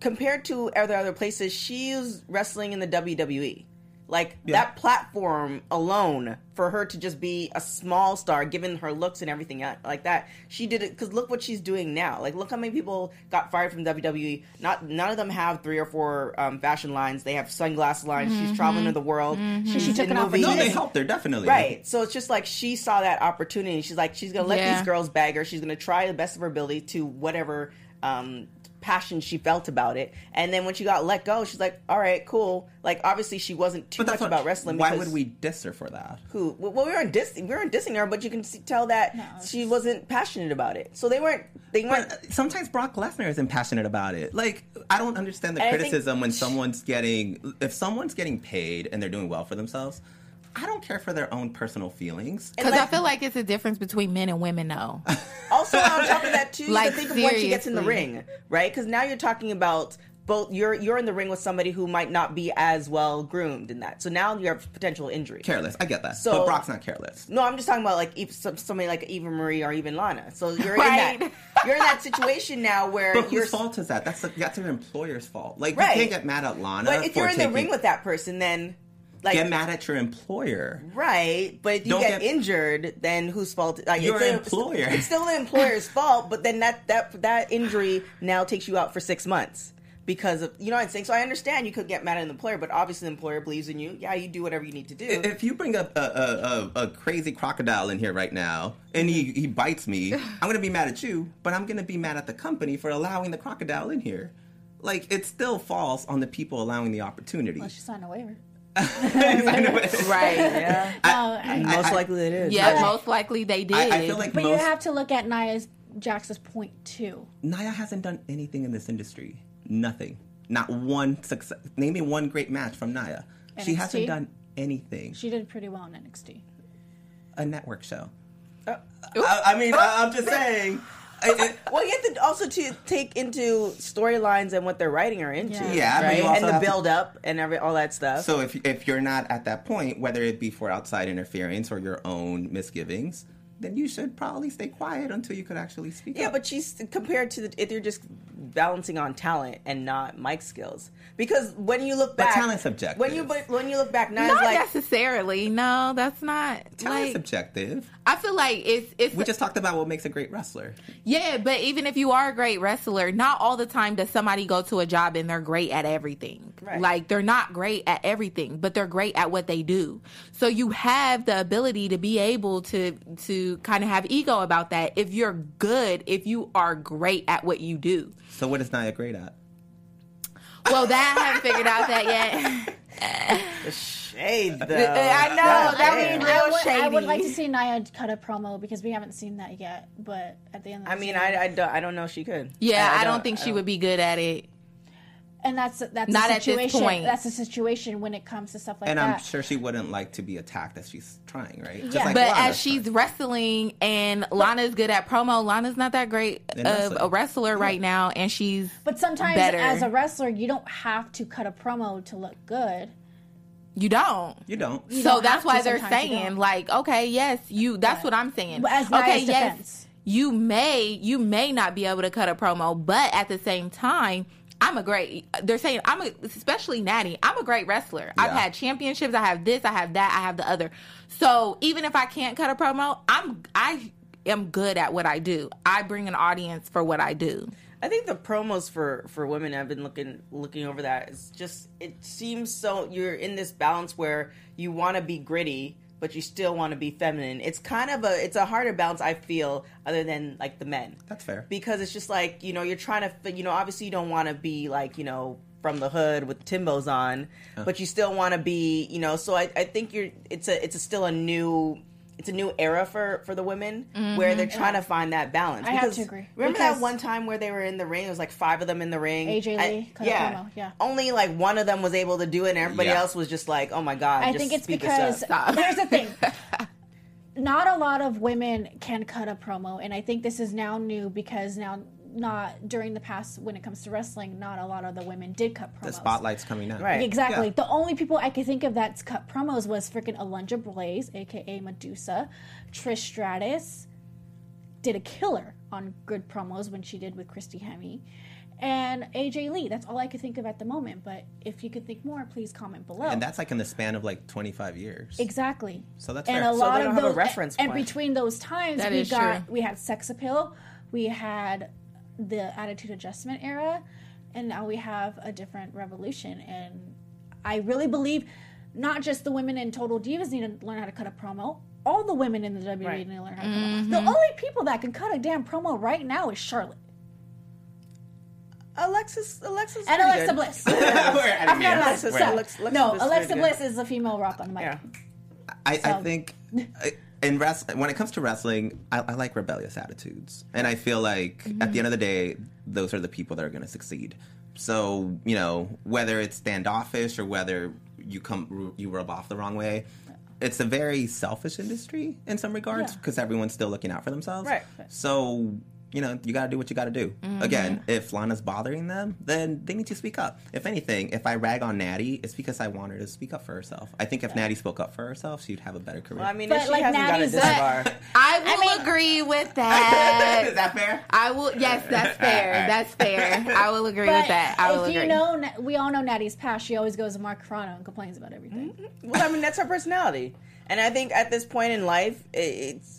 D: compared to other other places, she was wrestling in the WWE. Like that platform alone for her to just be a small star, given her looks and everything el- like that, she did it. Because look what she's doing now. Like look how many people got fired from WWE. Not none of them have three or four um, fashion lines. They have sunglass lines. She's traveling to the world. She's
B: She took
D: in
B: an
D: movies.
E: Mm-hmm. No, they helped her definitely.
D: Right. So it's just like she saw that opportunity. She's like, she's gonna let
F: Yeah.
D: these girls bag her. She's gonna try the best of her ability to whatever um, passion she felt about it. And then when she got let go, she's like, all right, cool. Like obviously she wasn't too
E: But
D: much
E: that's
D: about wrestling.
E: Why
D: because
E: would we diss her for that?
D: Who? Well, we weren't dissing. We weren't dissing her, but you can see, tell that she wasn't passionate about it. So they weren't. They weren't.
E: But sometimes Brock Lesnar isn't passionate about it. Like I don't understand the
D: And I think-
E: criticism when someone's getting if someone's getting paid and they're doing well for themselves. I don't care for their own personal feelings.
F: Because I feel like it's a difference between men and women, though.
D: Also, on top of that, too, you
F: Like,
D: have to think of once she gets in the
F: seriously.
D: ring, right? Because now you're talking about both. You're you're in the ring with somebody who might not be as well groomed in that. So now you have potential injury.
E: Careless, I get that.
D: So-
E: but Brock's not careless.
D: No, I'm just talking about like Eve- some- somebody like Eva Marie or even Lana. So you're in
F: Right.
D: that you're in that situation now where
E: But
D: you're
E: whose fault is that? That's the, that's your employer's fault. Like
D: Right.
E: you can't get mad at Lana.
D: But if
E: for
D: you're in the
E: taking-
D: ring with that person, then like
E: get mad at your employer.
D: right. But if you
E: Don't
D: get,
E: get-
D: injured, then whose fault? Like,
E: Your
D: still-
E: employer.
D: It's still the employer's fault. But then that that that injury now takes you out for six months. Because of you know what I'm saying, so I understand you could get mad at an employer, but obviously the employer believes in you. Yeah, you do whatever you need to do.
E: If you bring up a, a, a, a crazy crocodile in here right now and he, he bites me, I'm going to be mad at you, but I'm going to be mad at the company for allowing the crocodile in here. Like, it still falls on the people allowing the opportunity.
B: She signed a waiver.
F: right.
D: yeah, most likely it is.
F: Yeah, most likely they did.
E: I, I feel like
B: But you
E: most.
B: have to look at Nia Jax's point too.
E: Naya hasn't done anything in this industry. Nothing. Not one success. Name me one great match from Naya. She
B: NXT?
E: hasn't done anything.
B: She did pretty well in NXT.
E: A network show. I, I mean, I, I'm just saying. I- I-
D: Well, you have to also to take into storylines and what they're writing her into.
B: Yeah.
E: Yeah, but
D: right?
E: you also
D: and the
E: have to-
D: build up and every all that stuff.
E: So if if you're not at that point, whether it be for outside interference or your own misgivings, then you should probably stay quiet until you could actually speak.
D: yeah,
E: up.
D: but she's compared to the, if you're just balancing on talent and not mic skills, because when you look
E: But
D: back,
E: talent's subjective.
D: When you but when you look back, now
F: not
D: like
F: necessarily. No, that's not.
E: talent's
F: Like,
E: subjective.
F: I feel like it's it's
E: We just talked about what makes a great wrestler.
F: Yeah, but even if you are a great wrestler, not all the time does somebody go to a job and they're great at everything.
D: Right.
F: Like they're not great at everything, but they're great at what they do. So you have the ability to be able to to kind of have ego about that if you're good, if you are great at what you do.
E: So what is Nia great at?
F: Well, that I haven't figured out that yet.
D: The shade, though.
F: I know, that was
D: Goddamn.
F: real
B: Uh, I Oh, would, I would
F: shady.
B: like to see Naya cut a promo because we haven't seen that yet. But at the end, of the
D: I mean,
B: season-
D: I, I, don't, I don't know if she could.
F: Yeah, I, don't, think she would be good at it.
B: and that's that's
F: Not
B: a
F: at this
B: situation.
F: point.
B: That's a situation when it comes to stuff like
E: and
B: that.
E: I'm sure she wouldn't like to be attacked as she's trying, right? Just
B: Yeah.
E: like
F: But
E: Lana's
F: as she's
E: trying.
F: wrestling and Lana's good at promo, Lana's not that great
E: In
F: of a
E: wrestling.
F: wrestler right now and she's
B: but sometimes,
F: better.
B: as a wrestler, you don't have to cut a promo to look good.
F: you don't.
E: you don't.
F: so
B: don't
F: that's
B: have to
F: why they're
B: sometimes, you
F: saying
B: don't.
F: like, okay, yes, you that's what I'm saying.
B: But as
F: okay,
B: Naya's defense.
F: you may you may not be able to cut a promo, but at the same time, I'm a great they're saying I'm a, especially Natty, I'm a great wrestler. I've
E: Yeah.
F: had championships, I have this, I have that, I have the other. So even if I can't cut a promo, I'm I am good at what I do. I bring an audience for what I do.
D: I think the promos for for women I've been looking looking over that is just it seems so you're in this balance where you want to be gritty but you still want to be feminine. It's kind of a it's a harder balance I feel other than like the men.
E: That's fair.
D: Because it's just like, you know, you're trying to fi- you know, obviously you don't want to be like, you know, from the hood with Timbos on, but you still want to be, you know, so I, I think you're it's a it's a still a new it's a new era for for the women where they're trying to find that balance.
B: Mm-hmm. I have to agree.
D: Remember
B: Because-
D: that one time where they were in the ring. It was like five of them in the ring.
B: AJ
D: I-
B: Lee cut a promo, yeah.
D: Only like one of them was able to do it, and everybody
E: Yeah.
D: else was just like, "Oh my god!"
B: I
D: just
B: think it's
D: speed this
B: because
D: up."
B: here's the thing. Not a lot of women can cut a promo, and I think this is now new because now not during the past when it comes to wrestling, not a lot of the women did cut promos.
E: The spotlight's coming out.
D: Right.
B: Exactly.
E: Yeah.
B: The only people I could think of that's cut promos was freaking Alundra Blaze, aka Medusa, Trish Stratus, did a killer on good promos when she did with Christy Hemme, and AJ Lee. That's all I could think of at the moment. But if you could think more, please comment below.
E: And that's like in the span of like 25 years.
B: Exactly.
E: So that's
B: and
E: fair.
B: a
E: So
B: lot
D: they don't
B: of
D: have a
B: those,
D: reference
B: and,
D: point.
B: between those times,
F: That
B: we
F: is
B: got
F: true.
B: we had sex appeal, we had the attitude adjustment era, and now we have a different revolution. And I really believe not just the women in Total Divas need to learn how to cut a promo. All the women in the WWE
D: Right.
B: need to learn how to cut a
F: Mm-hmm.
B: promo. The only people that can cut a damn promo right now is Charlotte
D: Alexis, Alexis,
B: and
D: pretty
B: Alexa
D: good.
B: Bliss.
E: We're at
B: I
E: it
B: forgot
E: again.
B: Alexa.
E: We're
B: so-
E: at it.
D: Alex- Alexa
B: no,
D: Bliss is
B: Alexa
D: pretty
B: Bliss is the female rock on the mic.
D: Yeah.
E: I,
B: So-
E: I think I- in rest, when it comes to wrestling, I, I like rebellious attitudes, and I feel like at the end of the day, those are the people that are going to succeed. So you know whether it's standoffish or whether you come you rub off the wrong way. It's a very selfish industry in some regards because everyone's still looking out for themselves.
D: Right.
E: So you know you got to do what you got to do.
D: Mm-hmm.
E: Again, if Lana's bothering them, then they need to speak up. If anything, if I rag on Natty, it's because I want her to speak up for herself. I think if Natty spoke up for herself, she'd have a better career.
D: Well, I mean,
B: But,
D: if she
B: like,
D: hasn't got a
B: Natty's-
D: disbar.
F: I will agree with that.
E: Is that fair?
F: I will. Yes, that's fair. That's fair. I will agree with that. I will
B: if
F: agree.
B: you know, Na- we all know Natty's past. She always goes to Mark Carano and complains about everything.
D: well, I mean, that's her personality. And I think at this point in life, it, it's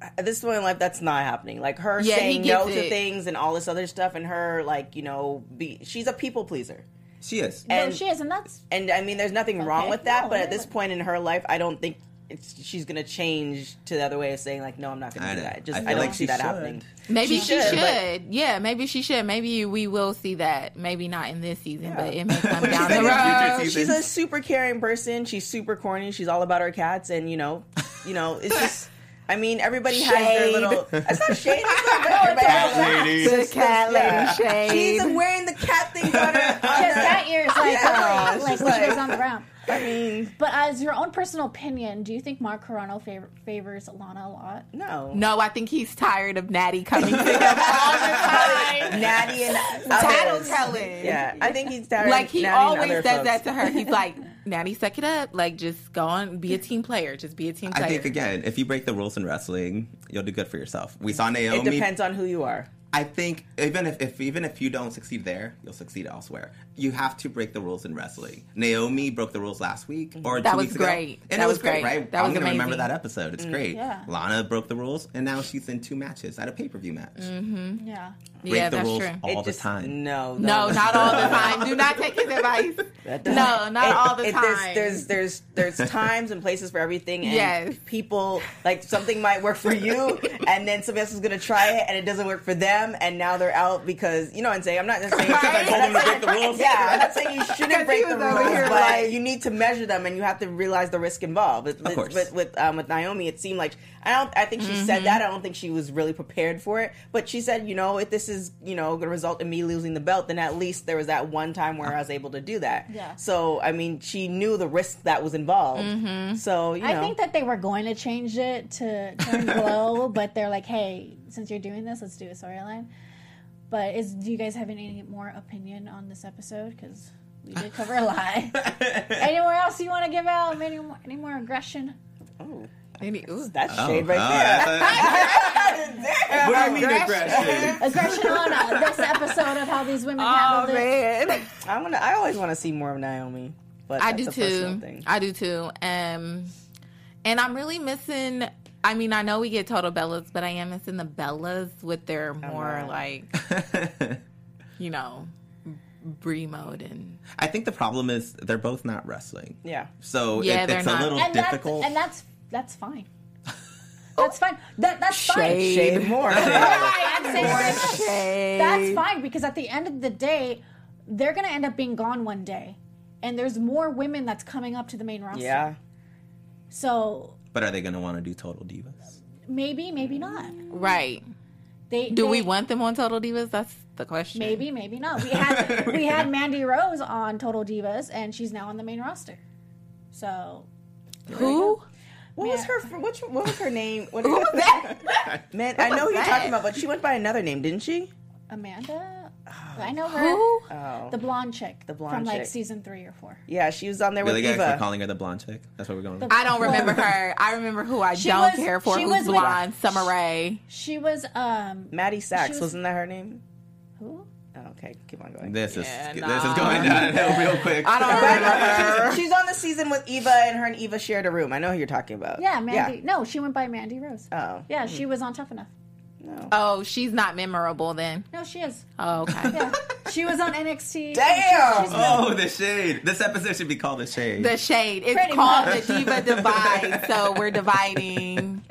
D: at this point in life that's not happening. Like her
F: Yeah, he
D: saying
F: gets
D: no to
F: it.
D: things and all this other stuff, and her like you know, be, she's a people pleaser.
E: She is.
B: No,
D: And-
B: she is, and that's
D: And I mean, there's nothing wrong
B: Okay.
D: with that,
B: No,
D: but
B: no,
D: at this
B: but-
D: point in her life, I don't think it's, she's going to change to the other way of saying like, no, I'm not going
E: I
D: to do
E: know.
D: that. Just
E: I
D: I,
E: feel
D: don't
E: like
D: see
E: she
D: that
E: should.
D: happening.
F: maybe
D: she
F: she,
D: should,
F: should.
D: but-
F: Yeah, maybe she should. Maybe we will see that. Maybe not in this season, but it may come
E: What you
F: down
E: think
F: the
E: in future
F: road.
E: seasons?
D: She's a super caring person. She's super corny. She's all about her cats, and you know, you know, it's just. I mean, everybody has
F: Shade.
D: their little. It's not shade. It's not, but everybody has their-
F: The cat lady shade.
D: She's wearing the cat thing on her. on
B: because
D: her-
B: that year is like
D: Yeah,
B: like,
D: it's
B: like
D: just
B: when she
D: like-
B: was on the ground.
D: I mean,
B: But as your own personal opinion, do you think Mark Carano favor- favors Lana a lot?
D: no,
F: No, I think he's tired of Natty coming to him all the time.
D: Natty and others.
F: Tattletelling.
D: Yeah, I think he's tired. of
F: Like he
D: Natty and
F: always
D: other
F: says
D: folks.
F: that to her. He's like, Natty, suck it up. Like just go on, be a team player. Just be a team player.
E: I think again, if you break the rules in wrestling, you'll do good for yourself.
D: Mm-hmm.
E: We saw
D: It
E: Naomi.
D: depends on who you are.
E: I think even if, if even if you don't succeed there, you'll succeed elsewhere. You have to break the rules in wrestling. Naomi broke the rules last week or
F: Mm-hmm. That
E: two
F: was
E: weeks ago,
F: great.
E: and
F: That
E: it was
F: was
E: great,
F: great.
E: right?
F: That
E: I'm
F: was
E: gonna remember
F: amazing. Mm,
E: that episode. It's great.
B: yeah.
E: Lana broke the rules, and now she's in two matches at a pay per view match.
B: Yeah.
E: Break
F: Mm, Yeah,
E: the
F: that's
E: rules
F: true.
D: It
E: all the
D: just-
E: time.
D: No,
F: No, not all the time. Do not take his advice. No, not
D: It-
F: all the
D: it-
F: time.
D: There's, there's there's there's times and places for everything. And
F: Yes.
D: people like something might work for you, and then somebody else is gonna try it, and it doesn't work for them, them, and now they're out because you know. And say I'm not saying
E: Because I told them to break the rules.
D: Yeah, I'm not saying you shouldn't break the
A: was over
D: rules,
A: here
D: but
A: like-
D: you need to measure them, and you have to realize the risk involved. With, with-
E: course.
D: with with, um, with Naomi, it seemed like I don't. I think she said that. I don't think she was really prepared for it. But she said, you know, if this is you know going to result in me losing the belt, then at least there was that one time where I was able to do that.
B: Yeah.
D: So I mean, she knew the risk that was involved. So you know,
B: I think that they were going to change it to turn glow, but they're like, hey, since you're doing this, let's do a storyline. But is do you guys have any more opinion on this episode? Because we did cover a lot. Anywhere else you want to give out? Any more, any more aggression?
F: Maybe, ooh.
D: that's shade
E: Oh,
D: right there.
E: what do you mean aggression?
B: Aggression on uh, this episode of how these women
D: Oh,
B: handled it.
F: man.
D: I want to. I always want to see more of Naomi. But
F: I
D: that's
F: do
D: a personal
F: too.
D: Thing.
F: I do too. Um, and I'm really missing. I mean, I know we get total Bellas, but I am missing the Bellas with their more like, you know, Brie mode and
D: Mm.
E: I think the problem is they're both not wrestling.
D: yeah.
E: So
F: Yeah,
E: it,
F: they're
E: it's
F: not.
E: a little
B: and that's
E: difficult.
B: and that's that's fine. That's fine. That that's fine.
D: Oh. Shade more.
B: Right, I'm saying that's- That's fine because at the end of the day, they're gonna end up being gone one day, and there's more women that's coming up to the main roster.
D: yeah.
B: So
E: but are they going to want to do Total Divas?
B: maybe, maybe not.
F: right.
B: They
F: Do
B: they-
F: we want them on Total Divas? That's the question.
B: Maybe, maybe not. We had we had Mandy Rose on Total Divas, and she's now on the main roster. So
F: who?
D: What was her? fir- Which, what was her name? What was that? Man, I know who you're talking about, but she went by another name, didn't she?
B: Amanda, I know her.
F: Who?
B: The blonde chick. Oh, The
D: blonde
B: from like
D: chick.
B: season three or four.
D: Yeah, she was on there
E: Really,
D: with
E: guys are
D: Eva.
E: calling her the blonde chick? That's what we're going with?
F: I don't remember her. I remember who I
B: She
F: don't
B: was-
F: care for.
B: she
F: Who's
B: was with-
F: blonde? Summer Rae.
B: She was um
D: Maddie Sachs,
B: was-
D: was, not that her name?
B: who?
D: Oh, okay, keep on going.
E: This is
F: Yeah,
E: this
F: no.
E: is going down real quick.
F: I don't remember her.
D: She's on the season with Eva, and her and Eva shared a room. I know who you're talking about.
B: Yeah, Mandy. No, she went by Mandy Rose.
D: Oh.
B: yeah, she was on Tough Enough.
F: Oh, she's not memorable then.
B: No, she is.
F: Oh, okay.
B: Yeah, she was on NXT.
D: Damn!
B: She's- she's-
E: Oh, the shade. This episode should be called the shade.
F: The shade. It's
B: Pretty
F: called
B: much.
F: the Diva Divide. So we're dividing.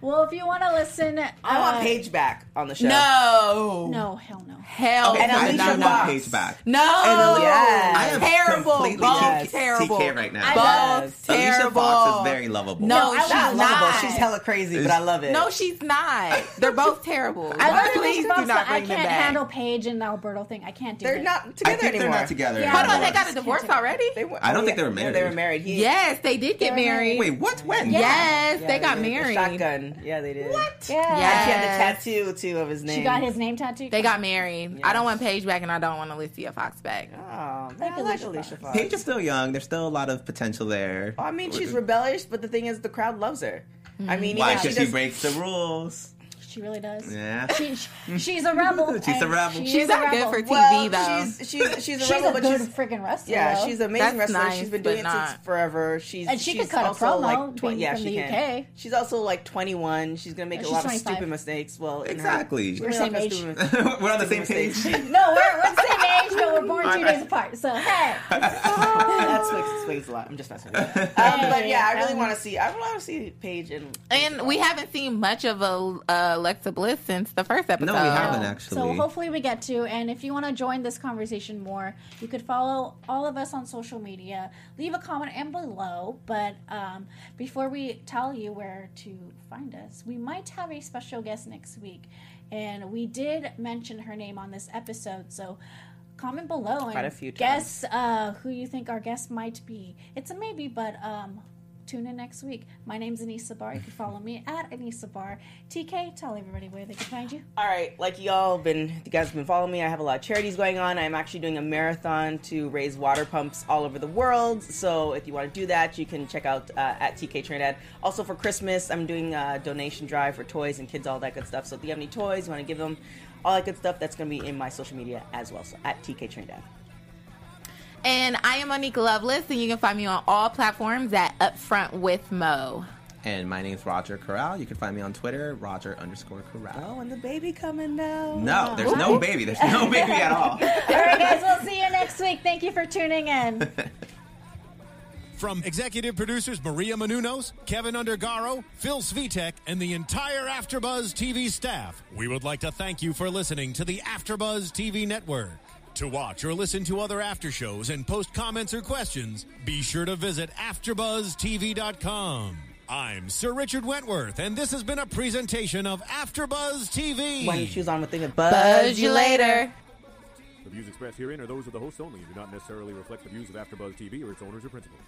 B: well, if you want to listen,
D: I want
B: uh,
D: Paige back on the show.
F: No.
B: No, hell no.
F: Hell
E: and
F: no,
D: Alicia
F: no, no.
D: Fox.
E: page back.
F: No.
D: And yes.
E: I am
F: terrible.
E: completely
F: Both
E: against
F: terrible.
E: TK right now.
F: Both
D: Yes.
F: terrible.
E: Alicia Fox is very lovable.
F: No,
B: No, I
F: she's
D: Not
F: not.
D: lovable. She's hella crazy, but I love it.
F: No, she's not. They're both terrible.
B: I love
F: Please
B: Please
F: do
B: Fox,
F: not
B: but I
F: bring them
B: can't
F: back.
B: handle Paige and Alberto thing. I can't do
D: they're
B: it.
D: not
E: I
D: together
E: think
D: anymore.
E: they're not together.
B: Yeah.
F: Hold
E: anymore.
F: on, they got a divorce already?
D: They were- oh,
E: I don't think they were
D: yeah,
E: married.
D: They were married. He-
F: Yes, they did get married.
E: Wait, what? When?
F: Yes,
D: Yeah,
F: they got
D: did. The
F: married.
D: Shotgun. Yeah, they did. What?
B: Yeah.
F: Yeah.
D: She had the tattoo too of his name.
B: She got his name tattooed.
F: They got married. I don't want Paige back, and I don't want Alicia Fox back.
D: Oh, man, I like Alicia Fox.
E: Paige is still young. There's still a lot of potential there.
D: I mean, she's rebellious, but the thing is, the crowd loves her. I mean,
E: Why?
D: even if
E: Because
D: she
E: she
D: does-
E: breaks the rules.
B: She really does.
E: Yeah.
B: She, she- she's a rebel.
E: She's a
B: and
E: rebel.
B: she
F: She's
B: is a
F: not good
B: rebel.
F: for TV,
D: well,
F: though.
D: she's she's she's a
B: She's
D: rebel,
B: a
D: but
B: good
D: she's
B: freaking wrestler.
D: yeah,
B: though.
D: she's an amazing
F: That's
D: wrestler.
F: nice,
D: she's been
F: but
D: doing it since
F: not-
D: forever. She's
B: And she
D: she's
B: could cut a
D: also
B: promo,
D: like twen-
B: being
D: yeah,
B: from
D: she
B: the
D: can.
B: UK.
D: She's also like 21. She's gonna make
B: Yeah,
D: a
B: she's
D: lot
B: 25.
D: of stupid mistakes. Well, in her-
E: Exactly.
D: she's gonna
B: We're
D: make a
B: same
D: lot of
B: age.
D: stupid mis-
E: We're on the
D: stupid
E: same page.
D: mistakes.
B: no, we're, we're the same age, but we're born two days apart. So hey,
D: that explains, explains a lot. I'm just messing with you. Um, but yeah, I really
B: um,
D: want to see. I want to see Paige and
F: And we haven't seen much of a uh, Alexa Bliss since the first episode.
E: No, we haven't actually.
B: so hopefully we get to. And if you want to join this conversation more, you could follow all of us on social media. Leave a comment and below. But um, before we tell you where to find us, we might have a special guest next week, and we did mention her name on this episode. So. Comment below and
D: Quite a few
B: guess uh, who you think our guest might be. It's a maybe, but um, tune in next week. My name's Anissa Barr. You can follow me at Anissa Barr. TK, tell everybody where they can find you.
D: All right, like y'all been, you guys have been following me. I have a lot of charities going on. I'm actually doing a marathon to raise water pumps all over the world. So if you want to do that, you can check out uh, at TK Trinidad. Also for Christmas, I'm doing a donation drive for toys and kids, all that good stuff. So if you have any toys, you want to give them, all that good stuff, that's going to be in my social media as well. So at TK Trinidad.
F: And I am Monique Lovelace, and you can find me on all platforms at Upfront with Mo.
E: And my name's Roger Corral. You can find me on Twitter, Roger underscore Corral.
D: Oh, and the baby coming now.
E: No, there's no baby. There's no baby at all.
B: All right, guys, we'll see you next week. Thank you for tuning in.
C: From executive producers Maria Manunos, Kevin Undergaro, Phil Svitek, and the entire AfterBuzz TV staff, we would like to thank you for listening to the AfterBuzz TV network. To watch or listen to other after shows and post comments or questions, be sure to visit AfterBuzzTV.com. I'm Sir Richard Wentworth, and this has been a presentation of AfterBuzz TV.
D: Why don't you choose on with thing of buzz,
F: Buzz you later.
H: The views expressed herein are those of the hosts only and do not necessarily reflect the views of AfterBuzz TV or its owners or principals.